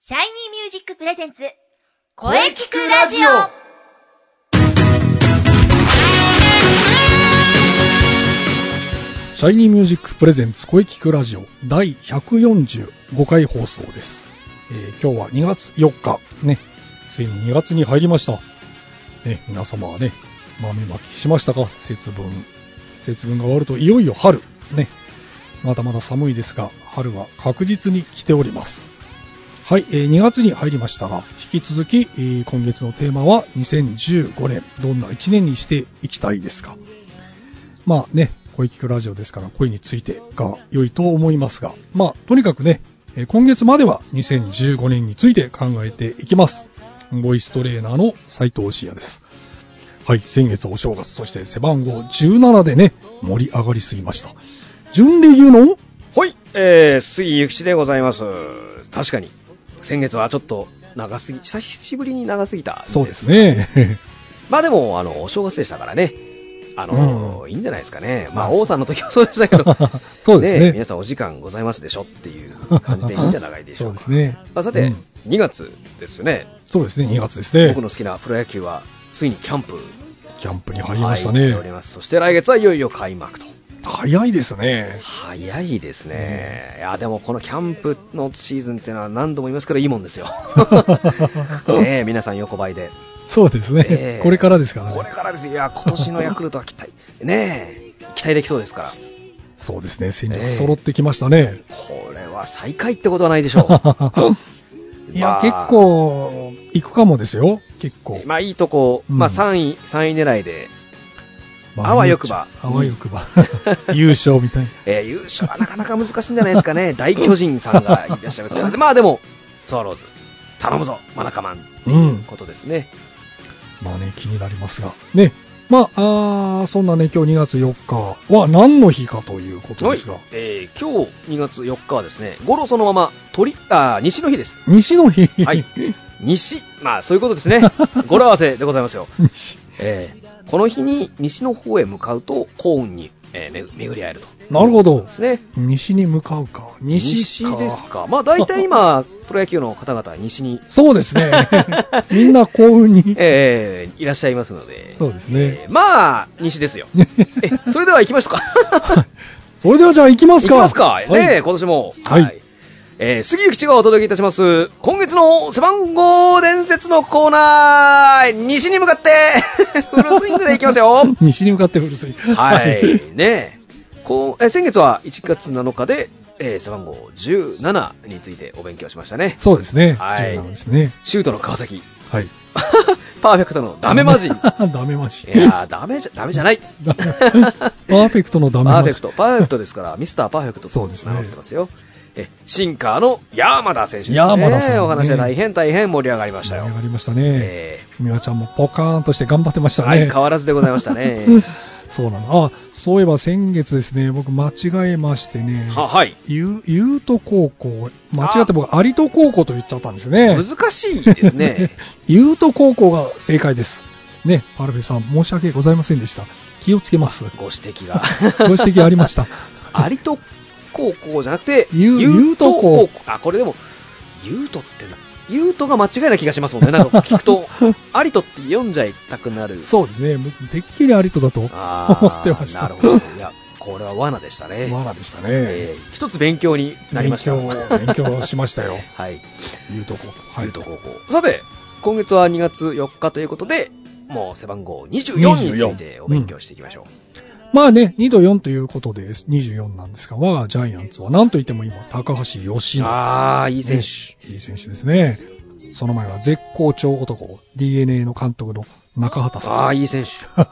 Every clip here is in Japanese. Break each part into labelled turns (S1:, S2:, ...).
S1: シャイニーミュージックプレゼンツ、
S2: 声聞くラジオ
S3: シャイニーミュージックプレゼンツ声聞くラジオ第145回放送です。えー今日は2月4日、ね、ついに2月に入りました。ね、皆様はね、豆まきしましたか節分。節分が終わるといよいよ春。ね、まだまだ寒いですが、春は確実に来ております。はい、えー2月に入りましたが、引き続き、えー今月のテーマは2015年、どんな1年にしていきたいですかまあね、声聞くラジオですから声についてが良いと思いますが、まあとにかくね、えー今月までは2015年について考えていきます。ボイストレーナーの斉藤慎也です。はい、先月お正月、そして背番号17でね、盛り上がりすぎました。準レギュの
S2: ほい、えー、杉ゆきちでございます。確かに、先月はちょっと長すぎ、久しぶりに長すぎた。
S3: そうです。ね。
S2: まあでも、あの、お正月でしたからね。あの、
S3: う
S2: いいんじゃないですかね。
S3: ま
S2: まあ、
S3: あ、
S2: 王さんの時はそうでしたけど
S3: そうですね
S2: 皆さんお時間ございますでしょっていう感じでいいんじゃないでしょうか。
S3: そうですね
S2: まあ、さて、
S3: うん
S2: 2月ですよね。
S3: そうですね、2月ですね
S2: 僕。の好きなプロ野球は、ついにキャンプ
S3: キャンプに入りましたね
S2: 入って。おります。そして来月はいよいよ開幕と。
S3: 早いですね。
S2: 早いですね、いやでもこのキャンプのシーズンっていうのは何度も言いますけど、いいもんです よ、ねえ皆さん横ばいで、
S3: そうですね、
S2: ええ
S3: これからですからね。
S2: これからですよ、いや今年のヤクルトは期待、ねえ期待できそうですから、
S3: そうですね、戦
S2: え
S3: 力
S2: え
S3: 揃ってきましたね。
S2: これは最下位ってことはないでしょう、
S3: いや、結
S2: まあ、
S3: 構、行くかもですよ。結構。
S2: まあいいとこ、まあ、
S3: うん
S2: 3位、三位狙いで、
S3: ま
S2: あわよくば
S3: あわよくば。 優勝みたいな。
S2: えー優勝はなかなか難しいんじゃないですか ね、大巨人さんがいらっしゃいますから、まあでも、スワローズ、頼むぞ、マナカマン
S3: う。
S2: というんことですね。
S3: まあね、気になりますが。ね。まあ、あーそんなね、今日2月4日は何の日かということ
S2: は
S3: で
S2: い
S3: すが、、
S2: えー、今日2月4日はですね、五郎そのまま鳥、あー、西の日です。
S3: 西の日。
S2: はい。西、まあそういうことですね。語呂合わせでございますよ。
S3: 西。
S2: えー、この日に西の方へ向かうと幸運に、えーめ巡り合えると。
S3: なるほど
S2: で。すね。
S3: 西に向かうか。西か。
S2: 西ですか。まあ大 体今、プロ野球の方々は西に、
S3: そうです ね。みんな幸運に。
S2: えー、いらっしゃいますので。
S3: そうですね
S2: えーまあ、西で すよ。え、それでは行きましょうか。
S3: それではじゃあ行きま
S2: い
S3: す
S2: き
S3: か。
S2: ますか。ね
S3: はい
S2: え今年も。
S3: はい。
S2: えー、杉ゆきちがお届けいたします。今月の背番号伝説のコーナー、西に向かって、 フルスイングでいきますよ
S3: 西に向かってフルスイング。
S2: はい。ねえこう、えー先月は1月7日で、えー背番号17についてお勉強しましたね。
S3: そうですね。
S2: はい
S3: 17ですね。
S2: シュートの川崎、
S3: はい。
S2: パーフェクトのダメ マジン。い
S3: ダメマジ。
S2: やー、ダメじゃ、ダメじゃない。
S3: ダメパーフェクトのダメ
S2: パー
S3: マ
S2: フェ
S3: ジ
S2: ク。ト、パーフェクトで すから、ミスターパーフェクト
S3: そう
S2: と
S3: ですね
S2: 名乗ってますよ。え、シンカーの山田選手ですね。
S3: 山田さんね
S2: お話は大変大変盛り上がりましたよ
S3: 盛り。上がりましたね。
S2: え
S3: 美和ちゃんもポカーンとして頑張ってまし
S2: ー
S3: た
S2: 相
S3: ね。
S2: 変わらずでございまし たね。
S3: そうなの。あ、そういえば先月ですね、僕間違えましてね、
S2: は、はい。
S3: ゆ、ゆうと高校、間違って僕、有戸高校と言っちゃったんですね。
S2: 難しいで すね。
S3: ゆうと高校が正解です。ね、パルベさん、申し訳ございませんでした。気をつけます。
S2: ご指摘が。
S3: ご指摘ありました。
S2: 有戸高校じゃなくて、
S3: ゆ
S2: 有
S3: 有戸高校
S2: あ、これでも、有戸ってな、有戸が間違いな気がしますもんね。なんか聞 くと、有戸って読んじゃいたくなる。
S3: そうですね。僕てっきり有戸だと思
S2: あー
S3: ってました。
S2: なるほど。いや、これは罠でしたね。
S3: 罠でしたね。
S2: えー一つ勉強になりました。
S3: 勉強、勉強しましたよ。
S2: はい。
S3: 言うとこ。は
S2: ルート高校。さて、今月は2月4日ということで、もう背番号24についてお勉強していきましょう。
S3: まあね、2度4ということで24なんですが、我がジャイアンツはなんといっても今、高橋義信。
S2: ああ、いい選手。
S3: いい選手ですね。その前は絶好調男、DNA の監督の中畑
S2: あ
S3: さ
S2: あ、
S3: ん。
S2: いい選手。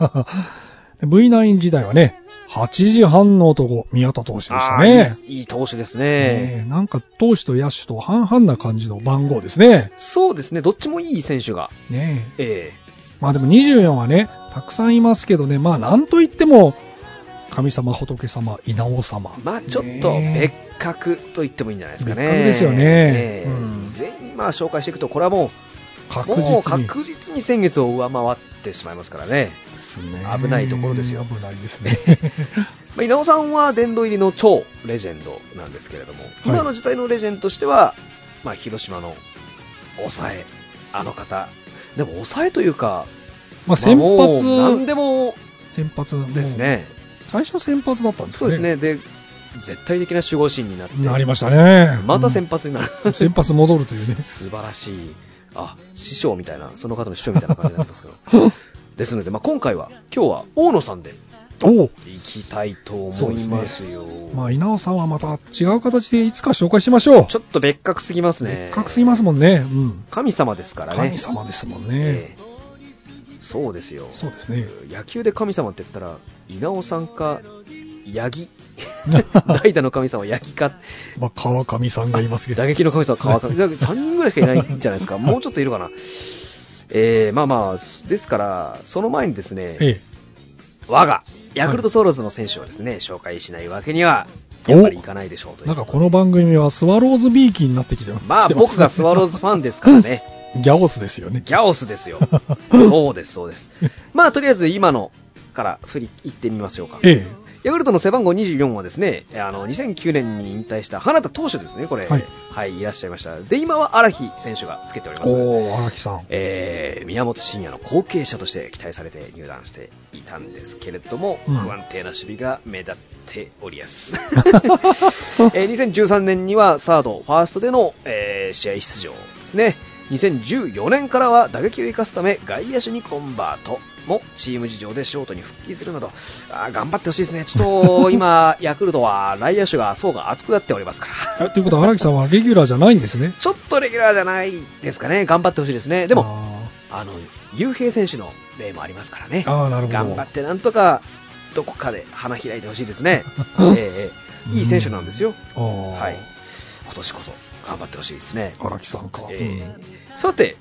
S3: V9 時代はね、8時半の男、宮田投手でした
S2: ああ
S3: ね。
S2: ー、いいいい投手です
S3: ね
S2: ね。
S3: えなんか投手と野手と半々な感じの番号ですね。
S2: そうですね、どっちもいい選手が。
S3: ねえ
S2: え
S3: まあでも24はね、たくさんいますけどね、まあなんといっても、神様、仏様、稲尾様
S2: え。まあちょっと別
S3: ね
S2: 格と言ってもいいんじゃないですかね。
S3: 別格ですよね
S2: ええ
S3: うん
S2: 全員まあ紹介していくと、これはもう、
S3: 確
S2: もう
S3: 実に。
S2: 確実に先月を上回ってしまいますからね。
S3: ですね
S2: 危ないところですよ
S3: 危ないですね。
S2: まあ、稲尾さんは殿堂入りの超レジェンドなんですけれども、今の時代のレジェンドとしては、まあ、広島の抑え、あの方。でも抑えというか、
S3: まあ、先
S2: まあもう
S3: 発、
S2: 何でも
S3: 先発
S2: です。ね。
S3: もう最初先発だったんです
S2: そ
S3: か
S2: う
S3: ね。
S2: ですね。で、絶対的な守護神になって、
S3: なりましたね。
S2: また先発になる。。
S3: うん先発戻るというね
S2: 素晴らしい。あ、師匠みたいな、その方の師匠みたいな感じになっ てますけど。ですので、まあ、今回は、今日は大野さんで
S3: おう
S2: いきたいと
S3: そう
S2: 思
S3: で
S2: い
S3: すね
S2: ますよ。
S3: まあ、稲尾さんはまた違う形でいつか紹介しましょう。
S2: ちょっと別格すぎますね。
S3: せっかくすいますもんね。うん。
S2: 神様ですからね。
S3: 神様ですもんね。
S2: ええそうですよ。
S3: そうですね。
S2: 野球で神様って言ったら、稲尾さんか、八木。代打の神様、八木か。
S3: まあ、川上さんがいますけど
S2: 打。撃の神様、川上。3人ぐらいしかいないんじゃな いですか。もうちょっといるかな。えー、まあまあ、ですから、その前にですね、
S3: え
S2: 我が、ヤクルトスワローズの選手をですね、紹介しないわけには、やっぱりいかないでしょう
S3: え。
S2: という
S3: なんかこの番組はスワローズビーキーになってきてます。
S2: まあ、
S3: 来てす
S2: 僕がスワローズファンですからね。
S3: ギャオスですよね。
S2: ギャオ スですよ。そうです、そうです。まあ、とりあえず今のから振り、行ってみましょうか。
S3: え
S2: ヤクルトの背番号24はですね、あの、2009年に引退した花田投手ですね、これ。
S3: はい
S2: はい、いらっしゃいました。で、今は荒木選手がつけており
S3: え。
S2: ます。
S3: おー、荒木さん。
S2: えー宮本慎也の後継者として期待されて入団していたんですけれども、
S3: うん
S2: 不安定な守備が目立っております、 えー2013年にはサード、ファーストでの、えー試合出場ですね2014年からは打撃を生かすため外野手にコンバートもチーム事情でショートに復帰するなどあー頑張ってほしいですねちょっと 今ヤクルトは内野手が層が厚くなっておりますから
S3: えということは荒木さんはレギュラーじゃないんですね。
S2: ちょっとレギュラーじゃないですかね頑張ってほしいですねでも
S3: あ
S2: あの、雄平選手の例もありますからね
S3: ー。あー、なるほど。
S2: 頑張ってなんとか、どこかで花開いてほしいです ね。ええええいい選手なんですよ。
S3: あー
S2: はい。今年こそ、頑張ってほしいですね。
S3: 荒木さんか。
S2: ええさて、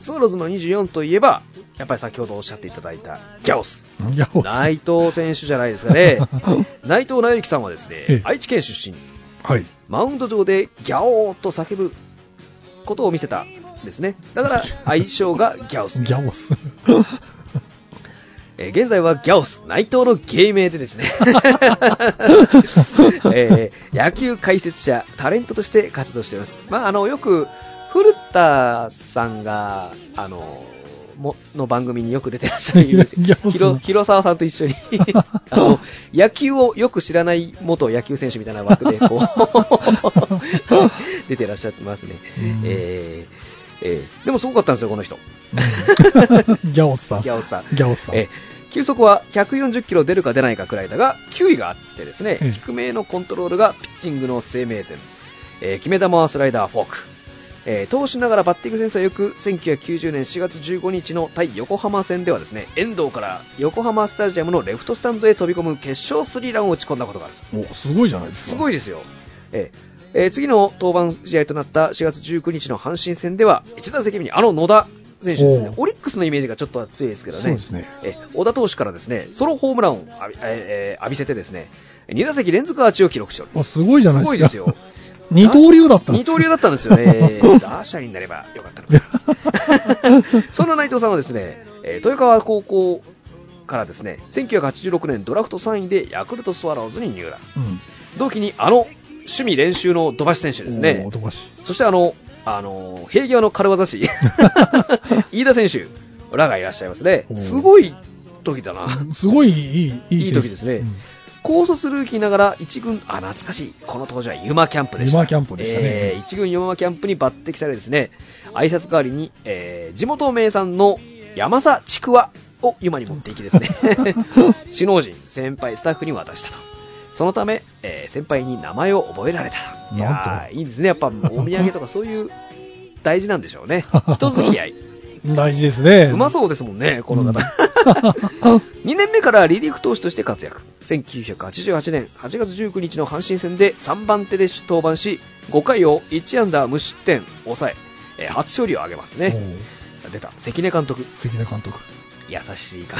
S2: スワローズの24といえば、やっぱり先ほどおっしゃっていただいた、ギャオス。
S3: うんギャオス。
S2: 内藤選手じゃないです かね。内藤直之さんはですね、
S3: ええ
S2: 愛知県出身、
S3: はい。
S2: マウンド上でギャオーと叫ぶことを見せたんですね。だから、愛称がギャオス。
S3: ギャオス。
S2: えー現在はギャオス、内藤の芸名でで すね、えー野球解説者、タレントとして活動しています。まあ、あの、よく、古田さんが、あの、も、の番組によく出てらっしゃる
S3: ギャオス
S2: ひろ広沢さんと一 緒にあの、野球をよく知らない元野球選手みたいな枠 で、こう、出てらっしゃってますね。
S3: うん
S2: えーえーでもすごかったんですよ、この人。
S3: ギャオスさん。
S2: ギャオスさん。
S3: ギャオスさん。
S2: えー球速は140キロ出るか出ないかくらいだが、球威があってですね、
S3: ええ
S2: 低めへのコントロールがピッチングの生命線、えー決め球はスライダー、フォーク、えー投手ながらバッティングセンスはよく、1990年4月15日の対横浜戦ではですね、遠藤から横浜スタジアムのレフトスタンドへ飛び込む決勝スリーランを打ち込んだことがあると。
S3: お、すごいじゃないですか。
S2: すごいですよ。えええー次の登板試合となった4月19日の阪神戦では、1打席目にあの野田選手ですね
S3: お、う
S2: オリックスのイメージがちょっと強いですけどね。
S3: そうですね。
S2: え小田投手からですねソロホームランを浴び,、えーえー浴びせてですね2打席連続アーチを記録しておりま
S3: あ、
S2: す。
S3: すごいじゃないですか。
S2: ですよ。
S3: 二刀流だったんで
S2: 二
S3: すよ
S2: 刀流だったんです よね。打者になればよかったのか その内藤さんはですね、えー豊川高校からですね、1986年ドラフト3位でヤクルトスワローズに入団。
S3: うん。
S2: 同期にあの趣味練習の土橋選手ですね
S3: お。ー。富樫
S2: そしてあの、あの、平際の軽 業師、飯田選手らがいらっしゃいますね。
S3: おー
S2: すごい時だな。
S3: すごいいい、い
S2: いい時ですね
S3: うん
S2: 高卒ルーキーながら一軍、あ、懐かしい。この当時はユマキャンプでした。
S3: ユマキャンプでしたね
S2: えー一軍ユマキャンプに抜擢されですね、挨拶代わりに、えー地元名産の山佐ちくわをユマに持っていきですね、 首脳陣、先輩、スタッフに渡したと。そのため、えー先輩に名前を覚えられたと。い
S3: な
S2: やーいいですね。やっぱお土産とかそういう大事なんでしょ うね。人付き合い。
S3: 大事ですね。
S2: うまそうですもんね、この方。
S3: うん。
S2: 2年目からリリーフ投手として活躍1988年8月19日の阪神戦で3番手で登板し5回を1安打無失点抑ええー初勝利を挙げますね
S3: おー
S2: 出た関根監督
S3: 関根監督。
S2: 優しい か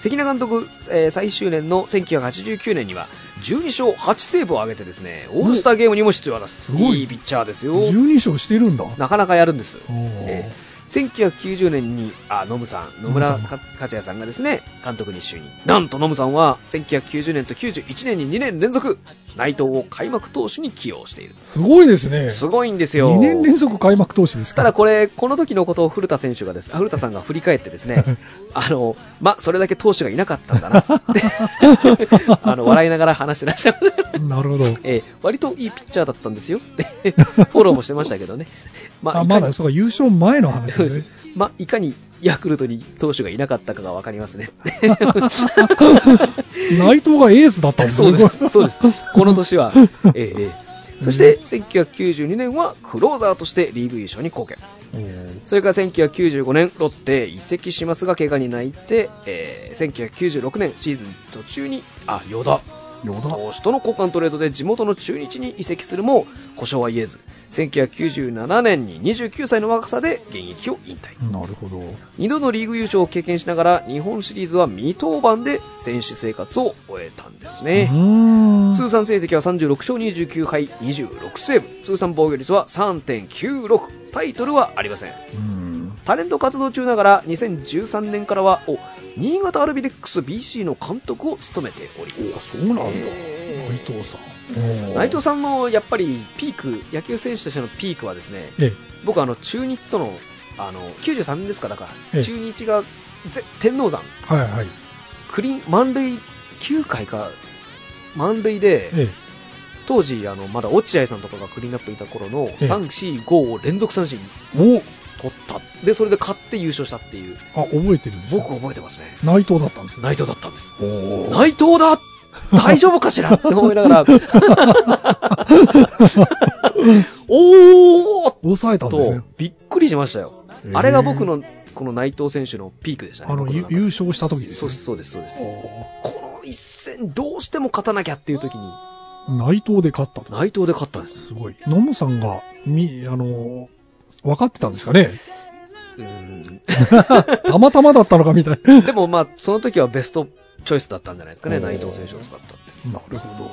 S2: 関根監督、えー最終年の1989年には12勝8セーブを挙げてですねオールスターゲームにも出場を出す
S3: すごい
S2: いいピッチャーですよ
S3: 12勝してるんだ。
S2: なかなかやるんです
S3: おー
S2: え1990年に、あ、ノムさん、野村
S3: ノムさん
S2: か克也さんがですね、監督に就任。なんとノムさんは、1990年と91年に2年連続、内藤を開幕投手に起用している。
S3: すごいですね。
S2: すごいんですよ。
S3: 2年連続開幕投手ですか
S2: ただこれ、この時のことを古田選手がです、あ古田さんが振り返ってですね、あの、ま、それだけ投手がいなかったんだなって、あの、笑いながら話してらっしゃる。
S3: なるほど。
S2: えー割といいピッチャーだったんですよって、フォローもしてましたけどね。
S3: ま
S2: ま
S3: あ、
S2: いか
S3: ま
S2: に
S3: だ、そうか、優勝前の話
S2: そう
S3: で
S2: ですす
S3: ね。。
S2: まあ、いかにヤクルトに投手がいなかったかがわかります ね。
S3: 内藤がエースだったんです
S2: そう
S3: ね。
S2: です。そうです。この年は。ええええそして、1992年はクローザーとしてリーグ優勝に貢献。
S3: うん
S2: それから1995年、ロッテへ移籍しますが、怪我に泣いて、えー1996年シーズン途中に、あ、与田。
S3: よだ。
S2: 投手との交換トレードで地元の中日に移籍するも、故障は言えず、1997年に29歳の若さで現役を引退。
S3: なるほど。
S2: 2度のリーグ優勝を経験しながら、日本シリーズは未登板で選手生活を終えたんですね。
S3: うーん。
S2: 通算成績は36勝29敗26セーブ通算防御率は3.96タイトルはありません
S3: うん
S2: タレント活動中ながら2013年からはお新潟アルビレックス BC の監督を務めておりま
S3: あ
S2: す
S3: そうなんだ。
S2: え
S3: 内藤さん。
S2: ー
S3: うん
S2: 内藤さんのやっぱりピーク野球選手としてのピークはですね
S3: ええ
S2: 僕あの中日とのあの93年ですかだか
S3: ええ
S2: ら中日がぜ天王山
S3: はいはい。
S2: クリーン満塁9回か満塁で、
S3: ええ
S2: 当時あのまだ落合さんとかがクリーンアップにいた頃の
S3: ええ
S2: 345を連続三振
S3: お
S2: 取ったでそれで勝って優勝したっていう
S3: あ、覚えてるんですね
S2: 僕覚えてますね
S3: 内藤だったんですね。
S2: 内藤だったんです
S3: おー
S2: 内藤だ大丈夫 かしらって思いながらおーっ
S3: 抑えたんです
S2: と
S3: ね。
S2: びっくりしましたよ、
S3: えー
S2: あれが僕のこの内藤選手のピークでした
S3: あ
S2: ね
S3: の、
S2: 僕
S3: ゆ
S2: 中で
S3: 優勝した時です
S2: そ
S3: ね
S2: うです。そうですそうです
S3: お
S2: この一戦どうしても勝たなきゃっていう時に
S3: ー内藤で勝ったと。
S2: 内藤で勝ったんです
S3: すごい。ノムさんが、み、あの、分かってたんですかね
S2: うーん
S3: たまたまだったのかみたいな。
S2: でもまあ、その時はベストチョイスだったんじゃないですかね、
S3: おー
S2: 内藤選手を使ったって。
S3: なるほど。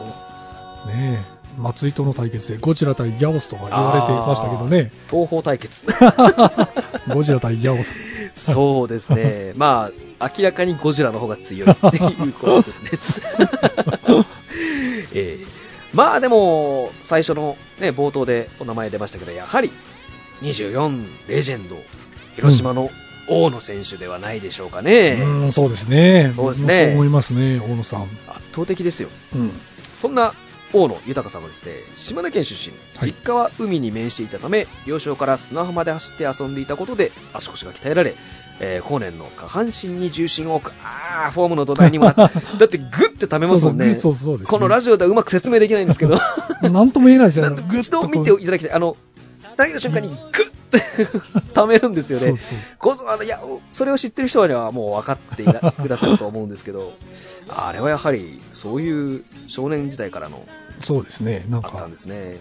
S3: ねえ。松井との対決でゴジラ対ギャオスとか言われていましたけど ね。
S2: 東方対決。
S3: ゴジラ対ギャオス。
S2: そうですね。まあ、明らかにゴジラの方が強いっていうことですね。ええまあでも、最初のね、冒頭でお名前出ましたけど、やはり24レジェンド、広島の大野選手ではないでしょうか
S3: う
S2: ね。
S3: ん、そうですね。
S2: そうです
S3: 僕もそう
S2: ね
S3: 思いますね、大野さん。
S2: 圧倒的ですよ。
S3: うん。
S2: そんな大野豊さんはですね、島根県出身、
S3: はい
S2: 実家は海に面していたため、幼少から砂浜で走って遊んでいたことで足腰が鍛えられ、えー後年の下半身に重心を置く、あー、フォームの土台にもなっ た。だってグッて溜めますもんね。
S3: そうそうそうですね、
S2: このラジオではうまく説明できないん ですけど、
S3: なんとも言えないですよ
S2: な
S3: ね。
S2: んと
S3: ぐっ
S2: 一度
S3: と
S2: 見ていただきたい。あの、投げた瞬間にグッて 溜めるんですよ
S3: そう
S2: ね。
S3: そう。
S2: ごぞあのいやそれを知ってる人にはもう分かっていらくださると思うんですけど、あれはやはりそういう少年時代からの
S3: そうですね。なん
S2: あった
S3: か
S2: ん、ですね。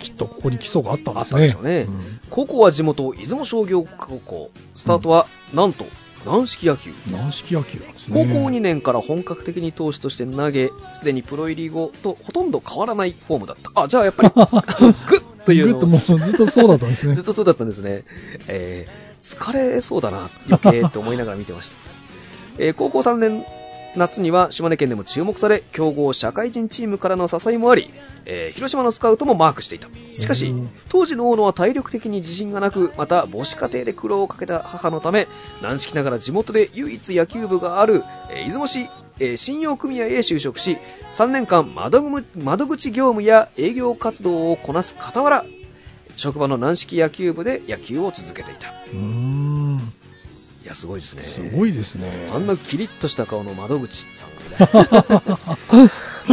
S3: きっとここに基礎があったんです
S2: あ
S3: ね。
S2: ったんでしょう
S3: ね。
S2: 高校は地元、出雲商業高校。スタートは、なんと、軟式野球。
S3: 軟式野球なんです
S2: 高
S3: ね。
S2: 校2年から本格的に投手として投げ、すでにプロ入り後とほとんど変わらないフォームだった。あ、じゃあや っぱり、グッという
S3: ぐっ
S2: の
S3: ともうずっとそうだったんですね
S2: ずっ。とそうだったんですね。えー疲れそうだな、余計と思いながら見てました。えー高校3年夏には島根県でも注目され、強豪社会人チームからの支えもあり、えー広島のスカウトもマークしていた。しかし
S3: うん、
S2: 当時の大野は体力的に自信がなく、また母子家庭で苦労をかけた母のため、軟式ながら地元で唯一野球部がある、えー出雲市、えー信用組合へ就職し、3年間窓口窓口業務や営業活動をこなす傍ら、職場の軟式野球部で野球を続けていた。いう
S3: ーん。
S2: や、すごいですね。
S3: すごいですね。
S2: あんなキリッとした顔の窓口さんが い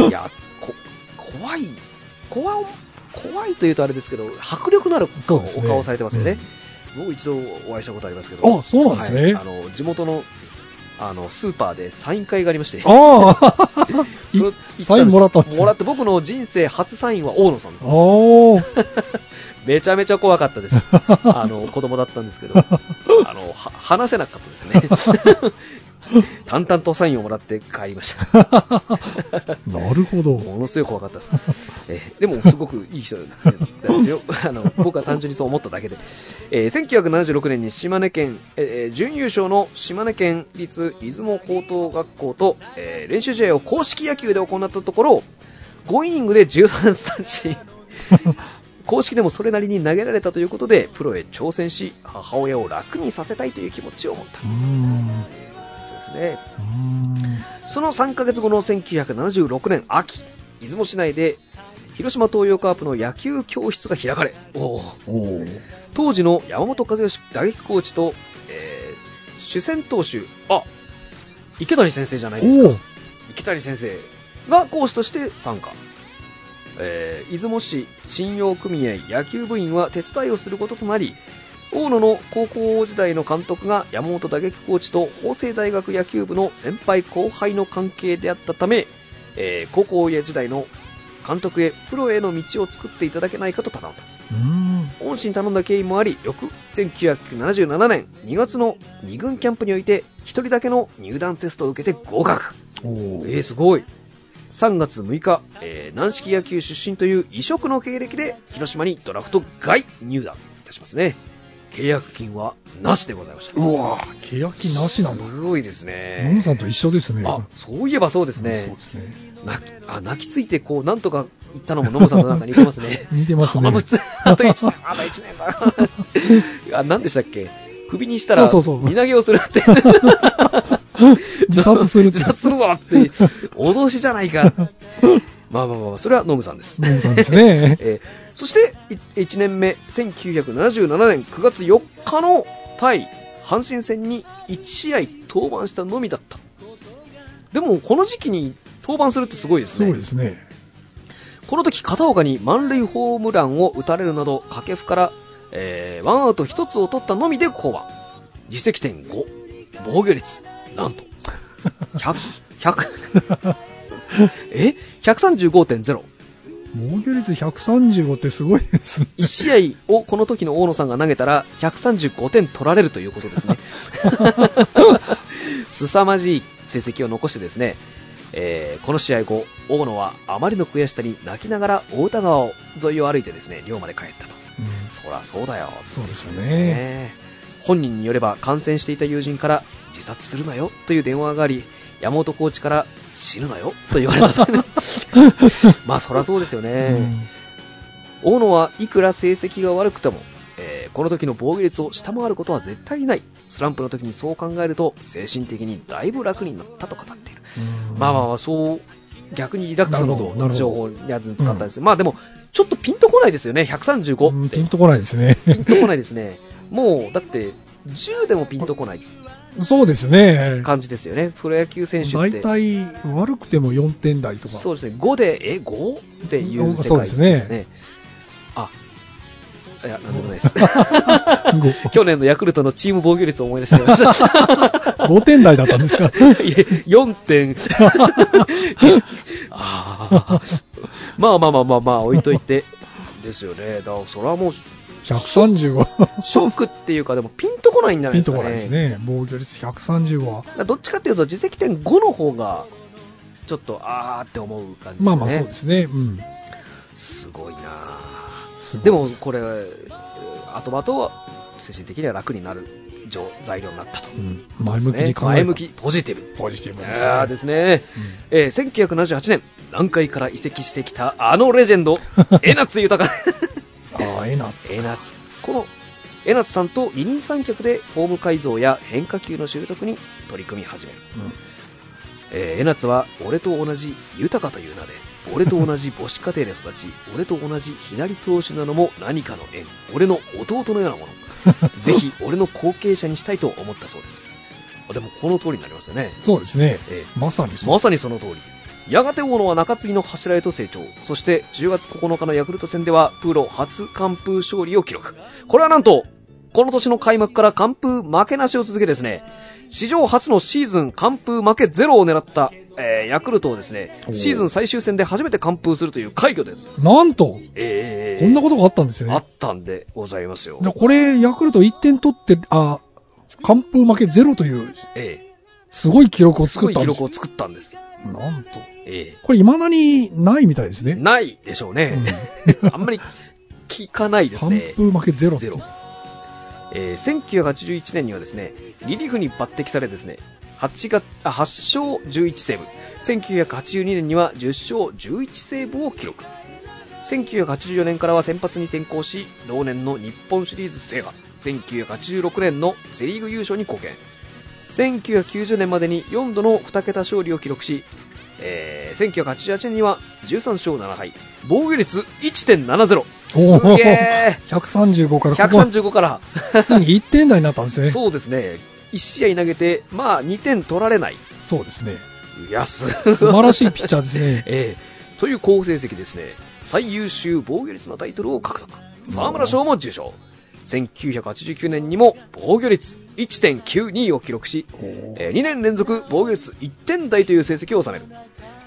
S2: ない。いや、こ、怖い。怖い、怖いというとあれですけど、迫力のある
S3: そ
S2: 顔,、
S3: うですね
S2: お顔をされてますよね。僕一度お会いしたことありますけど。
S3: あそうなんですね
S2: はいあの、地元の、あの、スーパーでサイン会がありまして。
S3: ああ い
S2: それ行ったんです
S3: サインもらったんですね
S2: もらって、僕の人生初サインは大野さんです。
S3: おー
S2: めちゃめちゃ怖かったです。あの、子供だったんですけど、あの、は話せなかったですね。淡々とサインをもらって帰りました。
S3: なる ほど。
S2: ものすごい怖かったです。 えーでも、すごくいい人なんですよ。 あの僕は単純にそう思っただけで。えー1976年に島根県、えー準優勝の島根県立出雲高等学校と、えー練習試合を公式野球で行ったところ、5イニングで13三振。 公式でもそれなりに投げられたということで、プロへ挑戦し、母親を楽にさせたいという気持ちを持った
S3: う。ーん。う
S2: そうですね。
S3: ーん
S2: その3ヶ月後の1976年秋、出雲市内で広島東洋カープの野球教室が開かれ、おう
S3: おー
S2: 当時の山本和義打撃コーチと、えー主戦投手、あ池谷先生じゃないです
S3: お
S2: か。
S3: ー
S2: 池谷先生が講師として参加。えー出雲市信用組合野球部員は手伝いをすることとなり、大野の高校時代の監督が山本打撃コーチと法政大学野球部の先輩後輩の関係であったため、えー高校時代の監督へプロへの道を作っていただけないかと頼んだ。
S3: うーん。
S2: 恩師に頼んだ経緯もあり、翌1977年2月の2軍キャンプにおいて、1人だけの入団テストを受けて合格。
S3: お
S2: えー、
S3: ー
S2: すごい。3月6日、えー軟式野球出身という異色の経歴で、広島にドラフト外入団いたしますね。契約金はなしでございました。
S3: うわー欅なしなんだ。
S2: すごいです
S3: ノン
S2: ね。
S3: さんと一緒ですね。
S2: あ、そういえばそうです
S3: そう
S2: ね
S3: で。すね。。
S2: 泣き、あ、泣きついて、こう、なんとか言ったのも、ノムさんとなんか似てますね
S3: 似てますね
S2: 浜松あと1年、あと1年だ。あ、何でしたっけ首にしたら、
S3: そうそうそう
S2: 身投げをするって。
S3: 自殺する って
S2: 自殺するぞって、脅しじゃな いか。まあまあまあ、それはノムさんです。。
S3: ノンさんですね
S2: えーそして、1年目、1977年9月4日の対阪神戦に1試合登板したのみだった。でも、この時期に登板するってすごいです
S3: す
S2: ね。
S3: ごいですね。
S2: この時、片岡に満塁ホームランを打たれるなど、掛布から、えーワンアウト1つを取ったのみで降板。自責点5、防御率、なんと、100、100 え ?135.0。
S3: 防御率135ってすごいですね。
S2: 1試合をこの時の大野さんが投げたら135点取られるということです ね。凄まじい成績を残してですね、えーこの試合後、大野はあまりの悔しさに泣きながら大田川を沿いを歩いてですね、寮まで帰ったと。
S3: うん
S2: そらそうだよ。
S3: そうですよ
S2: です
S3: ね。
S2: ね。本人によれば感染していた友人から自殺するなよという電話があり、山本コーチから死ぬなよと言われ たとね。まあそらそうですよね。大野はいくら成績が悪くても、えーこの時の防御率を下回ることは絶対にないスランプの時にそう考えると精神的にだいぶ楽になったと語っている、まあまあまあそう逆にリラックス
S3: なるほどなる
S2: の
S3: ほど
S2: 情報に使ったんですけどまあでもちょっとピンとこないですよね135
S3: うん
S2: って
S3: ピンとこないです ね。
S2: ピンとこないですねもうだって10でもピンとこない
S3: そうですね。
S2: 感じですよねプロ野球選手
S3: 大
S2: って
S3: 体悪くても4点台とか。
S2: そうですね、5で、え、5? っていう世
S3: そう
S2: 界
S3: で
S2: です
S3: ね
S2: すね。あ、いや、なんでもな いです。
S3: 5,
S2: 去年のヤクルトのチーム防御率を思い出して ました。
S3: 点台だったんです か。
S2: いえ4点。 あーまあまあまあまあまあ、置いといて。ですよね。だから、それはもう、シ
S3: 135。
S2: ョックっていうか、でもピンとこないんじゃな
S3: ピン
S2: いです
S3: と
S2: か
S3: こ
S2: ね。
S3: ないですね。防御率130は。
S2: だからどっちかっていうと、自責点5の方が、ちょっと、あーって思う感じですね。
S3: まあまあそうですね。うん。
S2: すごいなあ
S3: すごい
S2: でもこれ、えー後々は精神的には楽になる状材料になったと、
S3: うん前向きに考えた
S2: 前向き、ポジティブ。
S3: ポジティブですね。
S2: あーですね、えー1978年、南海から移籍してきたあのレジェン ド、江夏豊。
S3: うんああ、ええなつ。
S2: 江夏この江夏さんと二人三脚でフォーム改造や変化球の習得に取り組み始める、えー江夏は俺と同じ豊かという名で俺と同じ母子家庭で 育ち俺と同じ左投手なのも何かの縁俺の弟のようなも のぜひ俺の後継者にしたいと思ったそうですあでもこの通りになりましたね
S3: そうですね。
S2: ええ
S3: まさにそう。
S2: まさにその通り。やがて大野は中継ぎの柱へと成長。そして10月9日のヤクルト戦ではプロ初完封勝利を記録。これはなんと、この年の開幕から完封負けなしを続けですね、史上初のシーズン完封負けゼロを狙った、えーヤクルトをですね
S3: お、ー
S2: シーズン最終戦で初めて完封するという快挙です。
S3: なんと、
S2: えー
S3: こんなことがあったんですよ
S2: あっ
S3: ね。
S2: たんでございますよ。
S3: だこれ、ヤクルト1点取って、あ完封負けゼロという
S2: え
S3: すごい記録を
S2: す
S3: 作
S2: ご
S3: っ
S2: い
S3: たん
S2: 記
S3: です
S2: 録
S3: よ。
S2: を作ったんです。
S3: なんと。
S2: え
S3: これ未だにないみたいです
S2: え
S3: ね。
S2: ないでしょうね。 あんまり聞かないです
S3: 完
S2: ね。
S3: 封負けゼロって
S2: ゼロ。えー1981年にはですね、リリーフに抜擢されですね、8, 月あ8勝11セーブ。1982年には10勝11セーブを記録。1984年からは先発に転向し、同年の日本シリーズ制覇。1986年のセリーグ優勝に貢献。1990年までに4度の2桁勝利を記録し、えー1988年には13勝7敗、防御率1.70。すげ
S3: おお
S2: ー
S3: 135からここ
S2: 135から、
S3: はついに1点台になったんですね。そう
S2: そうですね、1試合投げて、まあ2点取られない、
S3: です ね。
S2: いやす。
S3: 素晴らしいピッチャーですね
S2: ええという好成績ですね、最優秀防御率のタイトルを獲得、沢村賞も受賞、1989年にも防御率1.92を記録し、え2年連続防御率1点台という成績を収める。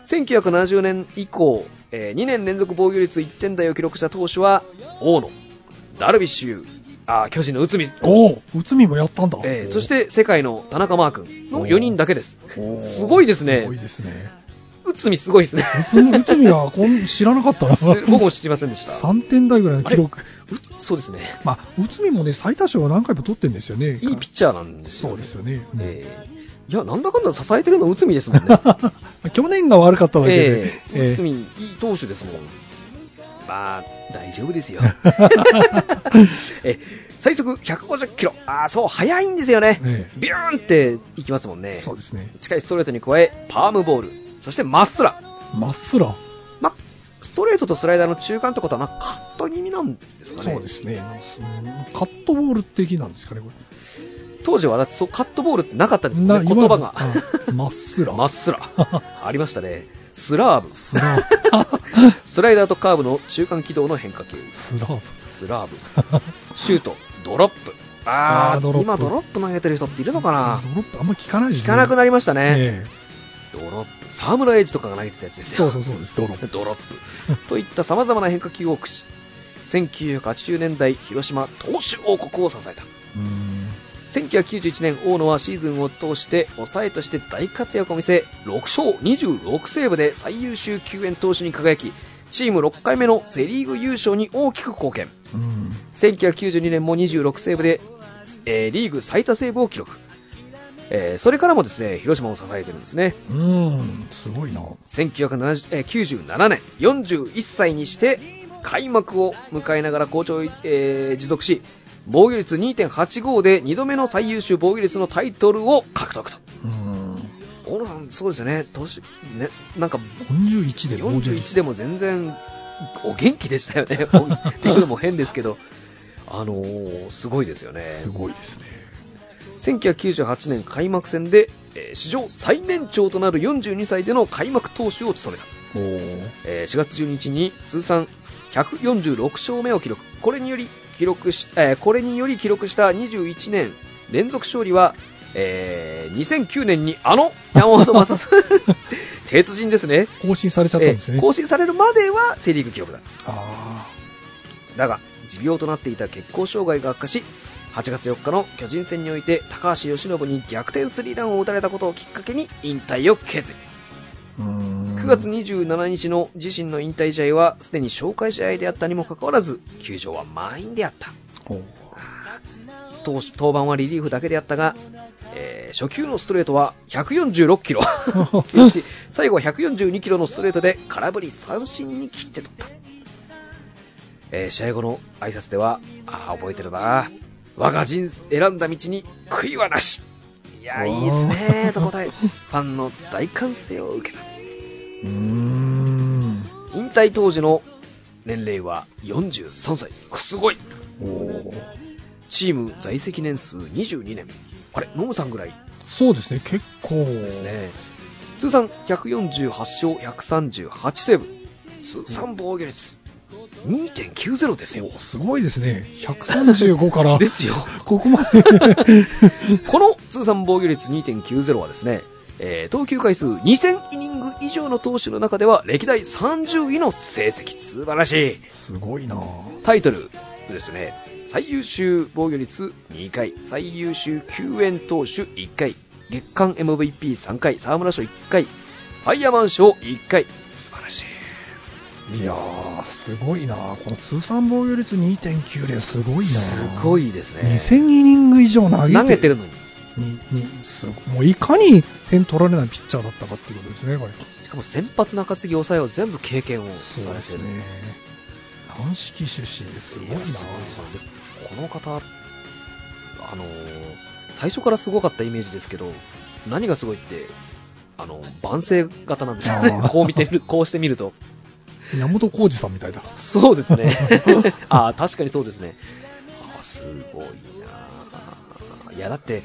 S2: 1970年以降、え2年連続防御率1点台を記録した投手は、大野、ダルビッシュ、あー巨人の内海投手
S3: おお、内海もやったんだ。
S2: えーそして世界の田中マー君の4人だけです。
S3: おー、
S2: すごいですね
S3: すごいですね。
S2: 内海すごい ですね。
S3: 内海内海はこん知らなかったな。
S2: す 僕も知りませんでした。
S3: 3点台ぐらいの記録。
S2: うそうですね。
S3: まあ、内海もね、最多勝は何回も取ってるんですよね。
S2: いいピッチャーなんですよ、
S3: そうですよね。うん
S2: えーいや、なんだかんだ支えてるのは内海ですも んね。
S3: 去年が悪かっただけで、
S2: ええ
S3: え
S2: 内海、いい投手ですもん。まあ、大丈夫です よ。え最速150キロ。ああ、そう、速いんですよね。
S3: え
S2: ビューンっていきますもんね
S3: え。そうですね。
S2: 近いストレートに加え、パームボール、そしてまっすら。
S3: まっすら。
S2: まあ、ストレートとスライダーの中間ってことは、まあ、カット気味なんですかね。
S3: そうですね。うんカットボール的なんですかね、こ
S2: 当時はだってそうカットボールってなかった
S3: れ。
S2: ですもんね、言葉が。
S3: が。まっす ら。
S2: まっ
S3: す
S2: すら。ありましたね。スラーブ。
S3: ら。
S2: スライダーとカーブの中間軌道の変化球。
S3: スラー
S2: スラー ブ。シュート。ドロップ。あ
S3: あ
S2: ー
S3: ードロップ
S2: 今ドロップ投げてる人っているのかな
S3: ブ。ドロップあんま聞かないです
S2: 聞かなく
S3: な
S2: なりましたね。
S3: え
S2: ドロップ。沢村エイジとかが投げてたやつで
S3: え
S2: す
S3: そ
S2: よ
S3: う。そうそうです、ドロップ。
S2: ドロップといった様々な変化球を駆使1980年代広島投手王国を支えた
S3: うん
S2: 1991年大野はシーズンを通して抑えとして大活躍を見せ6勝26セーブで最優秀救援投手に輝きチーム6回目のセ・リーグ優勝に大きく貢献
S3: うん
S2: 1992年も26セーブで、えーリーグ最多セーブを記録、えーそれからもですね広島を支えてるんですね
S3: うん、すごいな。
S2: 1997年41歳にして開幕を迎えながら好調、えー持続し防御率2.85で2度目の最優秀防御率のタイトルを獲得と
S3: うん。
S2: 大野さん、そうですよね年ねなんか
S3: 41で
S2: 41でも全然お元気でしたよねっていうのも変ですけど。あのーすごいですよね
S3: すごいですね。
S2: 1998年開幕戦で、えー史上最年長となる42歳での開幕投手を務めた
S3: おー
S2: えー4月12日に通算146勝目を記録これにより記録し、えーこれにより記録した21年連続勝利は、えー2009年にあの山本 昌 さん鉄人ですね
S3: 更新されちゃったんです
S2: えー
S3: ね。
S2: 更新されるまではセ・リーグ記録だ
S3: あ
S2: だが持病となっていた血行障害が悪化し8月4日の巨人戦において高橋由伸に逆転スリーランを打たれたことをきっかけに引退を決意
S3: ーうん
S2: 9月27日の自身の引退試合はすでに紹介試合であったにもかかわらず球場は満員であった
S3: おー
S2: 当初登板はリリーフだけであったが、えー初球のストレートは146キロ記録し最後は142キロのストレートで空振り三振に切って取った、えー試合後の挨拶ではあー覚えてるな我が人生選んだ道に悔いはなしいやーいいですねーと答えファンの大歓声を受けた
S3: うーん。
S2: 引退当時の年齢は43歳すごい
S3: おー
S2: チーム在籍年数22年あれノムさんぐらい
S3: そうですね、結構。で
S2: です。ね通算148勝138セーブ通算防御率2.90ですよ
S3: すごいですね。135から。
S2: ですよ
S3: ここまで。
S2: この通算防御率2.90はですね、えー投球回数2000イニング以上の投手の中では歴代30位の成績素晴らしい
S3: すごいな
S2: タイトルですね最優秀防御率2回最優秀救援投手1回月間 MVP3 回、沢村賞1回、ファイヤーマン賞1回、素晴らしい。
S3: いやー、すごいなこの通算防御率2.90、すごいな
S2: すご
S3: い、
S2: いですね。
S3: 2000イニング以上投げて
S2: 投げてるのに。
S3: ににすごいもういかに点取られないピッチャーだったかっていうことですね、これ。
S2: しかも先発中継ぎ抑えを全部経験をされてる。。
S3: 軟式出身ですごい
S2: い
S3: な
S2: やすごいですよでこの方、あのー最初からすごかったイメージですけど、何がすごいって、あの、万世型なんですよ
S3: あ
S2: ね
S3: ー。
S2: こう見てる、こうしてみると。
S3: 山本浩二さんみたいだ。
S2: そうです ね。ああ、確かにそうですね。ああ、すごいなあ。いや、だって、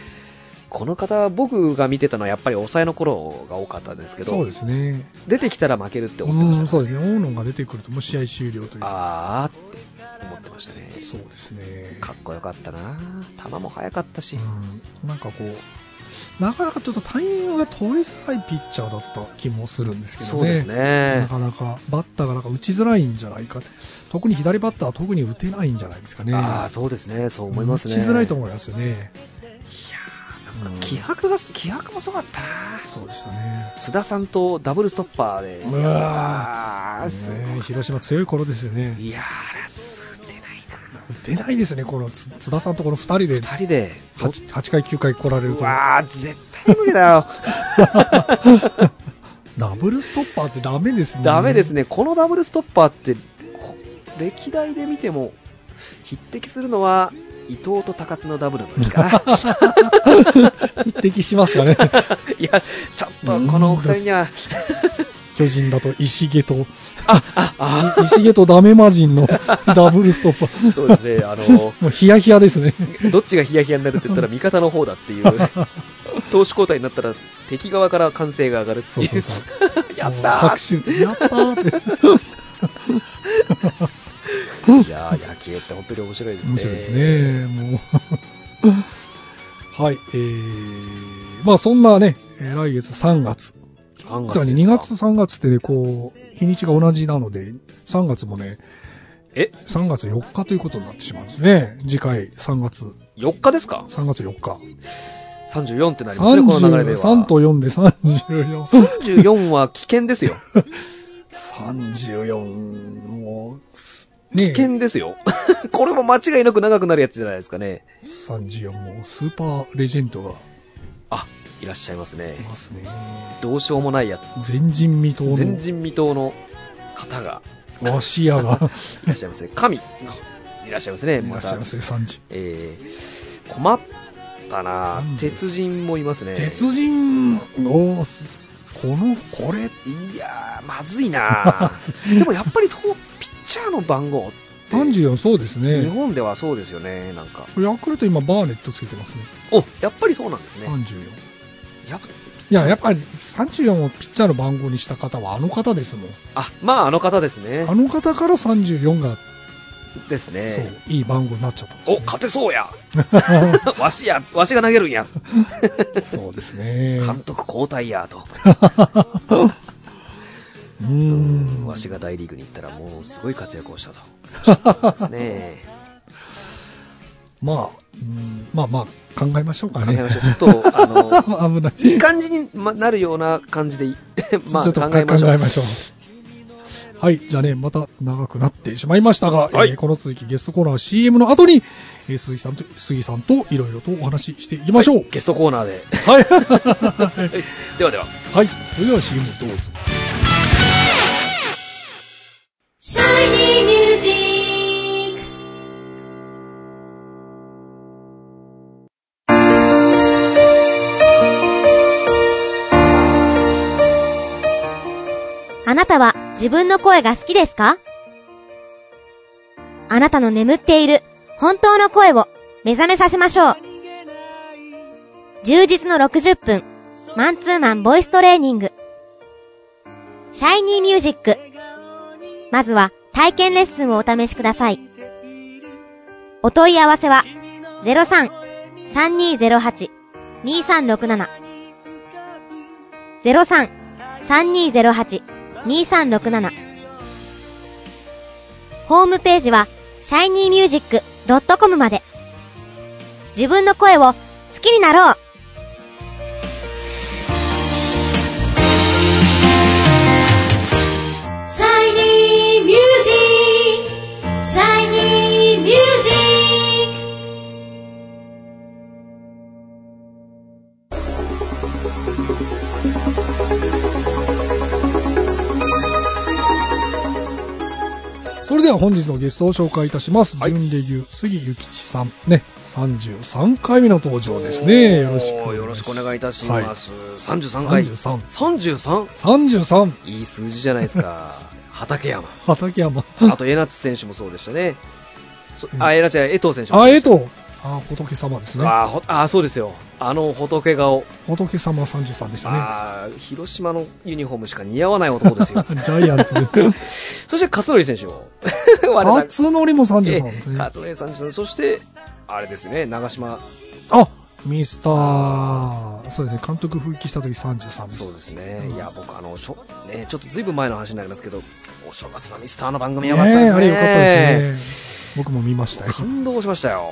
S2: この方、僕が見てたのはやっぱり抑えの頃が多かったんですけど、
S3: そうですね。
S2: 出てきたら負けるって思ってました、
S3: うん、
S2: ね。
S3: そうですね。大野が出てくるともう試合終了という。
S2: ああって思ってましたね。
S3: そうですね。
S2: かっこよかったな球も速かったし。
S3: うん、なんかこう、なかなかちょっとタイミングが取りづらいピッチャーだった気もするんですけどね。
S2: そうですね
S3: な。かなかバッターがなんか打ちづらいんじゃないかって特に左バッターは特に打てないんじゃないですかね。
S2: ああ、そうですね。そう思いますね。
S3: 打ちづらいと思いますよね。
S2: なんか気迫がす、気迫もすごかったな
S3: そうでしたね。
S2: 津田さんとダブルストッパーで。
S3: うわ
S2: ああ、すごい
S3: ね広島強い頃ですよね。
S2: いやー、ラス打てない
S3: 出
S2: な
S3: ないですね、このつ津田さんとこの2人で
S2: 二人で。
S3: 8, 8回、9回来られる
S2: う
S3: と。
S2: わー、絶対無理だよ。
S3: ダブルストッパーってダメですね。
S2: ダメですね。このダブルストッパーって、こ歴代で見ても、匹敵するのは、伊藤と高津のダブルの 時かな。
S3: 匹敵しますかね。
S2: いや、ちょっとこのお二人には、
S3: 巨人だと石毛と、
S2: あ、あ、あ、
S3: 石毛とダメ魔人の ダブルストッパー。
S2: そうですね、あの、
S3: もうヒヤヒヤですね。
S2: どっちがヒヤヒヤになるって言ったら味方の方 だっていう、投手交代になったら敵側から歓声が上がるって
S3: そう
S2: い
S3: そう
S2: う
S3: そ。
S2: やった
S3: もう
S2: ー
S3: 拍手。やったーって。
S2: いやー野球って本当に面白いですね。
S3: 面白いですね。もう。はい。えー、まあそんなね、えー来月3月。
S2: 3
S3: 実はね、
S2: です
S3: 2
S2: か
S3: 月と3月ってね、こう、日にちが同じなので、3月もね、
S2: え
S3: 3月4日ということになってしまうんですね。次回、3月、
S2: 4日ですか
S3: 3月4日。
S2: 34ってなりますね、この流れでは。
S3: 33と4で34。
S2: 34は危険ですよ。
S3: 34、もう、
S2: 危
S3: ねえ、
S2: 険ですよ。 これも間違いなく長くなるやつじゃないですかね。
S3: 34もうスーパーレジェンドが
S2: あ、いらっしゃいますね
S3: い。ますね。
S2: どうしようもないや
S3: 前人未
S2: つ。
S3: 到
S2: 前
S3: の
S2: 人未到の方が
S3: わしやが、
S2: いらっしゃいます ね。神。いらっしゃいますね、
S3: いら
S2: ま
S3: っしたゃい。ますね、30。
S2: えー、困ったな
S3: なんで
S2: 鉄人もいますね。
S3: 鉄人を、すこの、これ、
S2: いやー、まずいなでもやっぱりとピッチャーの番号って、
S3: 34そうですね。
S2: 日本ではそうですよね、なんか。
S3: ヤクルト今バーネットつけてますね。
S2: お、やっぱりそうなんですね。
S3: 34。い
S2: やっ
S3: や、やっぱり34をピッチャーの番号にした方はあの方ですもん。
S2: あ、まああの方ですね
S3: あ。の方から34が、
S2: ですね。
S3: そう、いい番号になっちゃったんです、ね。
S2: お、勝てそう やわしや、わしが投げるんや
S3: そうです ね。
S2: 監督交代やと。
S3: うー。
S2: うんわしが大リーグに行ったらもうすごい活躍をしたと。ですね。
S3: まあ、うんまあまあ、考えましょうかね。
S2: 考えましょう。ちょっと、あの、
S3: 危ない。
S2: いい感じにまなるような感じでい、 まあ
S3: ちょっと
S2: 考えましょう。
S3: うはい。じゃあね、また長くなってしまいましたが、
S2: はい
S3: えーこの続きゲストコーナー CM の後に、えー鈴木さんと、杉さんといろいろとお話ししていきましょう。
S2: はいゲストコーナーで。
S3: はい。
S2: はい ではでは。
S3: はい。それでは CM どうぞ。
S1: シャイニーミュージックあなたは自分の声が好きですかあなたの眠っている本当の声を目覚めさせましょう。充実の60分、マンツーマンボイストレーニング。シャイニーミュージック。まずは体験レッスンをお試しください。お問い合わせは03-3208-2367 03-3208-2367ホームページは shinymusic.com まで自分の声を好きになろうミュージックシャイニーミュージッ
S3: それでは本日のゲストを紹介いたします。
S2: はい
S3: 準レギュ杉ゆきちさん。ね、33回目の登場ですね。よろしく
S2: おーよろしくお願いいたしま
S3: は
S2: す。33回。
S3: 33
S2: 33?
S3: 33、
S2: いい数字じゃないです か。畠山。
S3: 畠山。
S2: あと、江夏選手もそうでしたね。そあ、江夏じゃない江藤選手も
S3: あ、
S2: そう
S3: え
S2: で
S3: っ
S2: した。
S3: と、あ、仏様ですね。
S2: あーほあー、そうですよ。あの仏顔。
S3: 仏様33でしたね。。
S2: あー広島のユニフォームしか似合わない男ですよ
S3: ジャイア ンツ。
S2: そして勝則選 手も。我々
S3: 初乗りも33
S2: え
S3: ですね。
S2: 勝則さんですねそして、あれですね、長島、
S3: あ、ミスター、そうですね、監督復帰した時33で。
S2: そうですすね、
S3: うん
S2: いや、僕、あの、しょね、ちょっとずいぶん前の話になりますけど、お正月のミスターの番組
S3: ねえ
S2: よかったですね。
S3: あれ良かったですね。僕も見ましたよ。
S2: 感動しましたよ。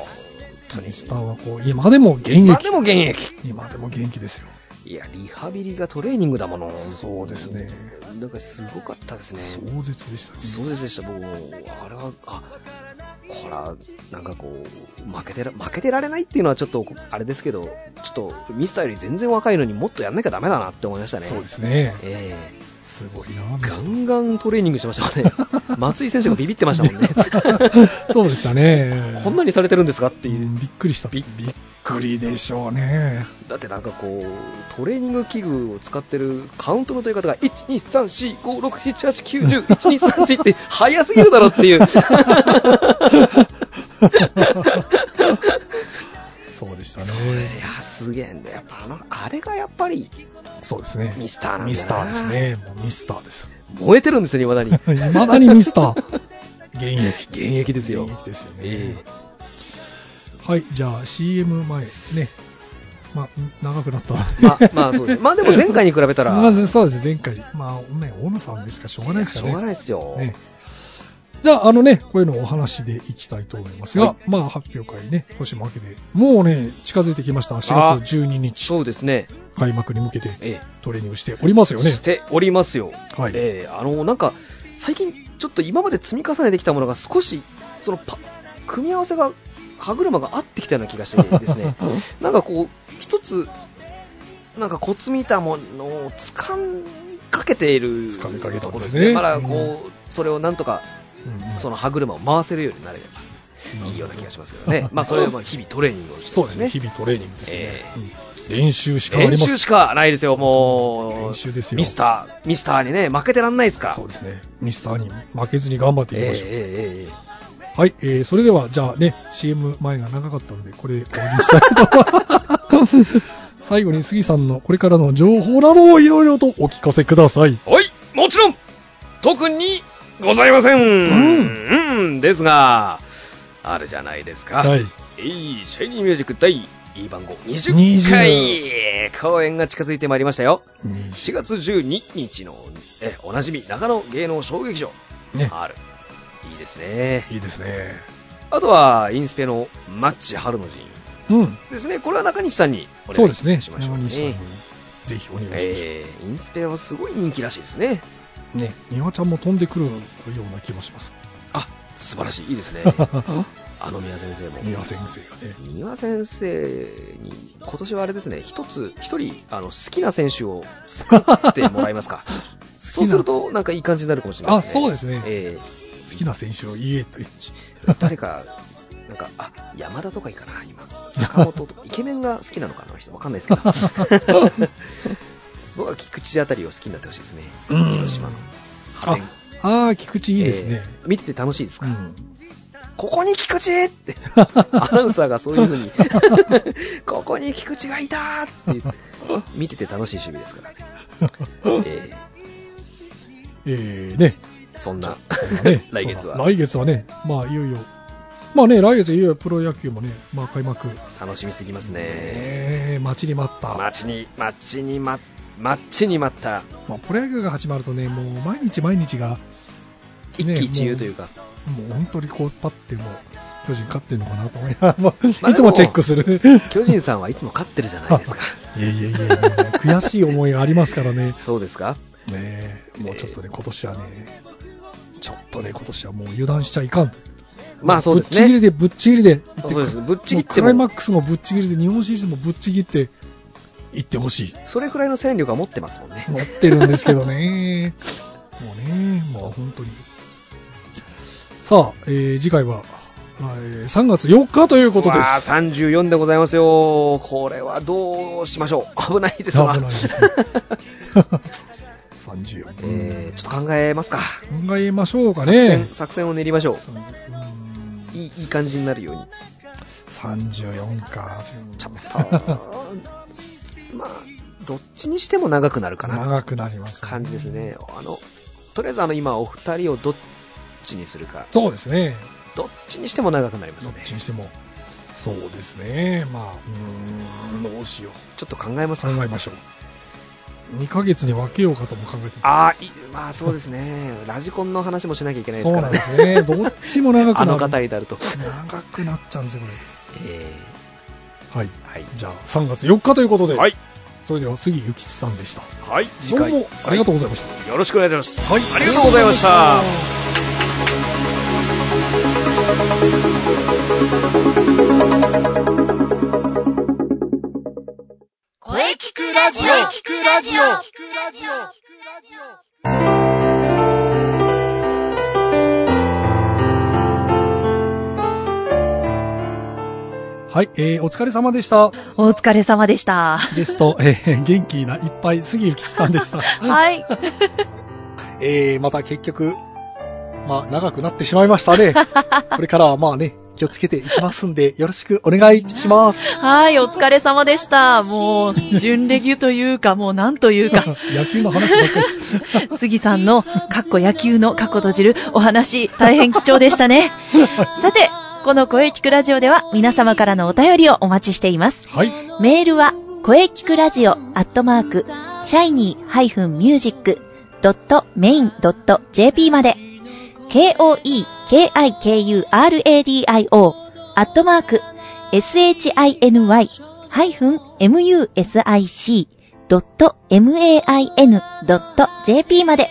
S2: 本当に
S3: ミ。スターはこう、今でも現役。
S2: 今でも現役。
S3: 今でも元気ですよ。
S2: いや、リハビリがトレーニングだもの。
S3: そうですね。
S2: だからすごかったですね。
S3: 壮絶でしたね。
S2: そうでした、僕も、あれは、あこら、なんかこう、負けてら、負けてられないっていうのはちょっと、あれですけど、ちょっと、ミスターより全然若いのにもっとやんなきゃダメだなって思いましたね。
S3: そうですね。
S2: え
S3: すごいな、
S2: え
S3: ミ
S2: ガ
S3: スター。
S2: ンガントレーニングしてましたからね。松井選手がビビってました もんね。
S3: そうでしたね。
S2: こんなにされてるんですかっていうう。
S3: んびっくりした。
S2: びっ
S3: くりでしょうね。
S2: だってなんかこう、トレーニング器具を使ってるカウントの取り方が、1、2、3、4、5、6、7、8、9、10、1、2、3、4って早すぎるだろっていう。
S3: そうでした
S2: それ
S3: ね。
S2: いやすげえんだやっぱあのあれがやっぱり
S3: そうですね。
S2: ミスターなんだな
S3: ミスターですね。もうミスターです。
S2: 燃えてるんですよ未だに
S3: いまだにミスター。現役。
S2: 現役ですよ
S3: 現役ですよね。
S2: ええ
S3: はい、じゃあ CM 前ね。まあ、長くなったわ。
S2: まあまあそうですまあでも前回に比べたら
S3: まあ、そうですね、前回。まあ、ね、大野さんですからしょうがないです
S2: し
S3: か
S2: ょ
S3: ね。
S2: うがないですよ、
S3: ねじゃあ、あのね、こういうのをお話でいきたいと思いますが、
S2: はい
S3: まあ、発表会ね、年も明けで、もうね、近づいてきました。4月12日、
S2: そうですね
S3: 開幕に向けて
S2: え
S3: トレーニングしております
S2: え
S3: よね。
S2: しておりますよ、
S3: はい。
S2: ええあのなんか最近ちょっと今まで積み重ねてきたものが少しそのパ組み合わせが歯車が合ってきたような気がしてで すねなんかこう一つなんかコツみたいなものを掴みかけている
S3: 掴みかけた
S2: と
S3: ん
S2: こ
S3: で
S2: ろですす
S3: ね
S2: ねだからこう、それをなんとか
S3: うんうん
S2: その歯車を回せるようになれればいいような気がしますけどね、まあ、それはまあ日々トレーニングをして
S3: そう
S2: ま
S3: ですね、日々トレーニングですよね。
S2: え
S3: うん練習しかありま
S2: 練
S3: せん
S2: 習しかないですよ、も
S3: 練習です
S2: う、
S3: よ
S2: ミスター、ミスターにね、負けてらんないですから。
S3: そうですね。ミスターに負けずに頑張っていき
S2: え
S3: ま
S2: え
S3: しょう。
S2: ええええ
S3: はい、えー、それでは、じゃあね、CM 前が長かったので、これで終わりにしたいと思い ます。最後に杉さんのこれからの情報などをいろいろとお聞かせください。
S2: はい、もちろん、特にございません。
S3: ん
S2: うん、ですが、あるじゃないですか。
S3: はい。
S2: えい、シャイニーミュージック第いい番号
S3: 20
S2: 20回公演が近づいてまいりましたよ。4月12日の、え、おなじみ、中野芸能小劇場。
S3: ね、
S2: ある。いいですね。
S3: いいですね。
S2: あとは、インスペのマッチ春の陣
S3: うん、
S2: ですね。これは中西さんにお
S3: そう
S2: 願い
S3: ですね。
S2: しましょ
S3: 山
S2: うね。
S3: 西さんに、ぜひお願いします。
S2: えーインスペはすごい人気らしいですね。
S3: ね、美輪ちゃんも飛んでくるような気もします。
S2: あ、素晴らしい。いいですね。あの宮先生も。
S3: 美輪先生がね。
S2: 三輪先生に、今年はあれですね、一つ、一人、あの、好きな選手を作ってもらえま すか。そうすると、なんかいい感じになるかもしれないですね。
S3: あそうですね
S2: え
S3: 好きな選手を言えと言っ
S2: え誰か、なんか、あ、山田とかいいかな、今。坂本 とか、イケメンが好きなのかな、あの人。わかんないですけど。僕は菊池あたりを好きになってほしいですね。
S3: うん
S2: 広島の。
S3: あ
S2: 派遣
S3: ああ、菊池いいですね。
S2: ええ見てて楽しいですか、
S3: うん
S2: ここに菊池って アナウンサーがそういうふうに ここに菊池がいたーって見てて楽しい守備ですからね、え
S3: えー、ね、
S2: ーそんな
S3: ね
S2: 来月
S3: そうだ
S2: は
S3: 来月はね、まあ、いよいよ、まあね、来月いよいよプロ野球もね、まあ、開幕。ね
S2: 楽しみすぎますね
S3: え、待ちに待った。ま
S2: 待ちに待ちに待待ちに待った
S3: あ、プロ野球が始まるとね、もう毎日毎日が、
S2: 一喜一憂というか、
S3: もう本当にこう、パッてもう、巨人勝ってんのかなと思いながら、も
S2: ま
S3: う
S2: あ
S3: いつもチェックす る。い
S2: 巨人さんはいつも勝ってるじゃない ですか
S3: やいやいやいや、悔しい思いがありますからね。
S2: そうですか
S3: ねえもうちょっとね、今年はね、ちょっとね、今年はもう油断しちゃいかんという。
S2: まあそうです
S3: ぶっちぎ
S2: ね。
S3: りでぶっちぎりで行って
S2: そうですぶっちぎって
S3: もうク
S2: も
S3: ライマックスもぶっちぎりで、日本シリーズもぶっちぎって行ってほしい。
S2: それくらいの戦力は持ってますもんね。
S3: 持ってるんですけどね。もうね、もう本当に。さあ、えー次回は、えー3月4日ということで
S2: わあ
S3: す。
S2: 34でございますよ。これはどうしましょう。危ないですわ。
S3: 危ないです ね34
S2: えー、ちょっと考えますか。
S3: 考えましょうか
S2: 作
S3: ね
S2: 戦。作戦を練りましょ
S3: そうですうーん
S2: う。いいいい感じになるように。
S3: 34か。
S2: ちょっと、す まあ、どっちにしても長くなるかな。
S3: 長くなります、
S2: 感じですね。あの、とりあえずあの今お二人をどっちにするか、
S3: そうですね。
S2: どっちにしても長くなります
S3: どっ
S2: ね。
S3: ちにしても。そうですね。まあ、うーん、どうしよう。
S2: ちょっと考えます
S3: 考
S2: か。
S3: えましょう。2ヶ月に分けようかとも考えてま
S2: ああ、いまあそうですね。 ラジコンの話もしなきゃいけない
S3: す。
S2: で
S3: そ
S2: す
S3: う
S2: か
S3: な
S2: ら
S3: んです
S2: ね。
S3: ね。どっちも長くな
S2: あ
S3: る。
S2: の方になると。
S3: 長くなっちゃうんですよ、こ
S2: え
S3: れ。はい。
S2: ー、はい。
S3: じゃあ、3月4日ということで、
S2: はい。
S3: それでは杉ゆきちさんでした。
S2: はい。
S3: どうもありがとうございました。
S2: よろしくお願いします。
S3: はい
S2: ありがとうございました。
S4: 声聞くラジオ声聞くラジオ
S3: はい、えー、お疲れ様でした。
S4: お疲れ様でした。
S3: ゲスト、えー、元気ないっぱい杉ゆきちさんでした。
S4: はい。
S3: えー、また結局、まあ、長くなってしまいました ね。これからはまあね、気をつけていきますんで、よろしくお願いします。
S4: はい、お疲れ様でした。もう、準レギュというか、もうなんというか、
S3: 野球の話ばっかりです。
S4: 杉さんの、かっこ野球のかっこ閉じるお話、大変貴重でしたね。さて、この声聞くラジオでは、皆様からのお便りをお待ちしています。
S3: はい。
S4: メールは、声聞くラジオアットマーク、shiny-music.main.jp まで、k-o-e-k-i-k-u-r-a-d-i-o アットマーク、shiny-music.main.jp まで、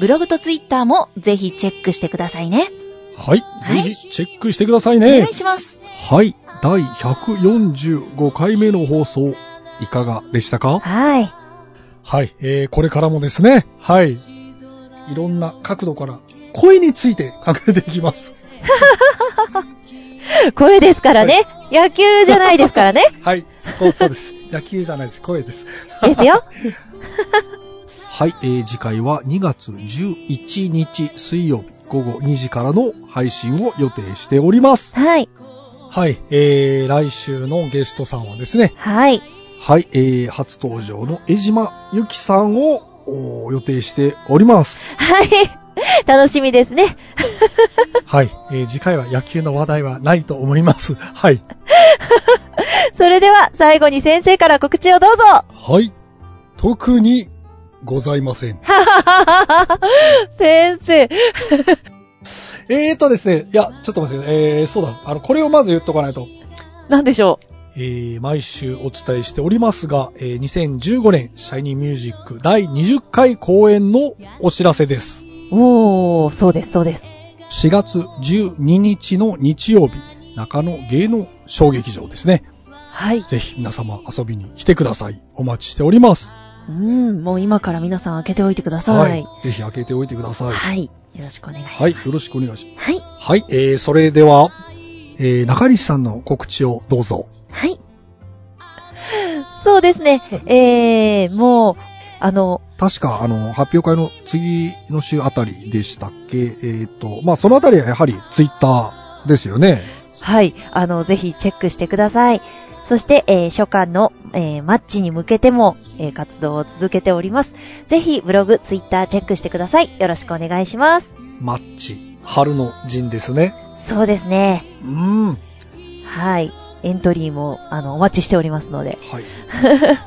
S4: ブログとツイッターもぜひチェックしてくださいね。
S3: はい。
S4: はい
S3: ぜひチェックしてください
S4: お
S3: ね
S4: 願い。します。
S3: はい。第145回目の放送、いかがでしたか
S4: はい。
S3: はい。えー、これからもですね、はい。いろんな角度から声について考えていきます。
S4: 声ですからね。野球じゃないです からね。
S3: はい。そうそうです。 野球じゃないです。声です。
S4: ですよ。
S3: はい、えー次回は2月11日水曜日午後2時からの配信を予定しております。
S4: はい。
S3: はい、えー、来週のゲストさんはですね、
S4: はい。
S3: はい、えー、初登場の江島ゆきさんをおー予定しております。
S4: はい。 楽しみですね。
S3: はい、えー次回は野球の話題はないと思います。 はい。
S4: それでは最後に先生から告知をどうぞ。
S3: はい、特にございません。
S4: 先生。
S3: えーとですね、いや、ちょっと待ってください。えー、そうだ、あの、これをまず言っとかないと。
S4: なんでしょ
S3: えー毎週お伝えしておりますが、えー2015年シャイニーミュージック第20回公演のお知らせです。
S4: う。おー、そうです、そうです。
S3: 4月12日の日曜日、中野芸能小劇場ですね。
S4: はい。
S3: ぜひ皆様遊びに来てください。お待ちしております。
S4: うん、もう今から皆さん開けておいてください。
S3: ぜひ開けておいてください。は
S4: はい。よろしくお願いします。
S3: い、よろしくお願いしま
S4: は
S3: す。
S4: い。
S3: はい、えーそれでは、えー中西さんの告知をどうぞ。
S4: はい。そうですね。えー、もう、あの、
S3: 確か、あの、発表会の次の週あたりでしたっけえっ、と、まあ、そのあたりはやはりツイッターですよね。
S4: はい。あの、ぜひチェックしてください。そして、えー初夏の、えーマッチに向けても、えー活動を続けております。ぜひ、ブログ、ツイッターチェックしてください。よろしくお願いします。
S3: マッチ、春の陣ですね。
S4: そうですね。
S3: うん。は
S4: はい。エントリーも、あの、お待ちしておりますので。
S3: い。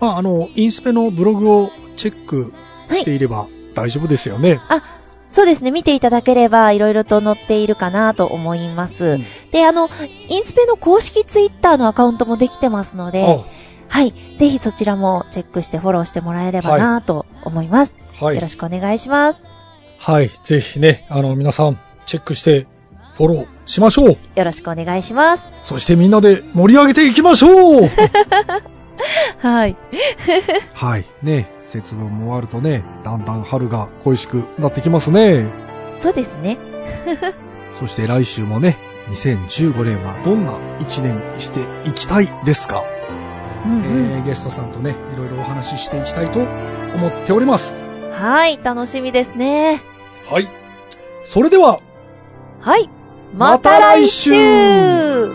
S3: まあ、あの、インスペのブログをチェックしていれば大丈夫ですよね。
S4: そうですね。見ていただければ、いろいろと載っているかなと思います。
S3: うん
S4: で、あの、インスペの公式ツイッターのアカウントもできてますので、はい。ぜひそちらもチェックしてフォローしてもらえればなと思います。
S3: あ、は
S4: よ
S3: い
S4: ろ。しくお願いします。
S3: はい、ぜひね、あの、皆さん、チェックして、フォローしましょう。
S4: よろしくお願いします。
S3: そしてみんなで盛り上げていきましょ う
S4: はい。
S3: はい、ね、節分も終わるとね、だんだん春が恋しくなってきますね。
S4: そうですね。
S3: そして来週もね、2015年はどんな一年にしていきたいですか、
S4: うんうん
S3: えーゲストさんとね、いろいろお話ししていきたいと思っております。
S4: はい、楽しみですね。
S3: はい。それでは、
S4: はい。
S3: ま
S4: ま
S3: た
S4: た
S3: 来
S4: 来
S3: 週
S4: 週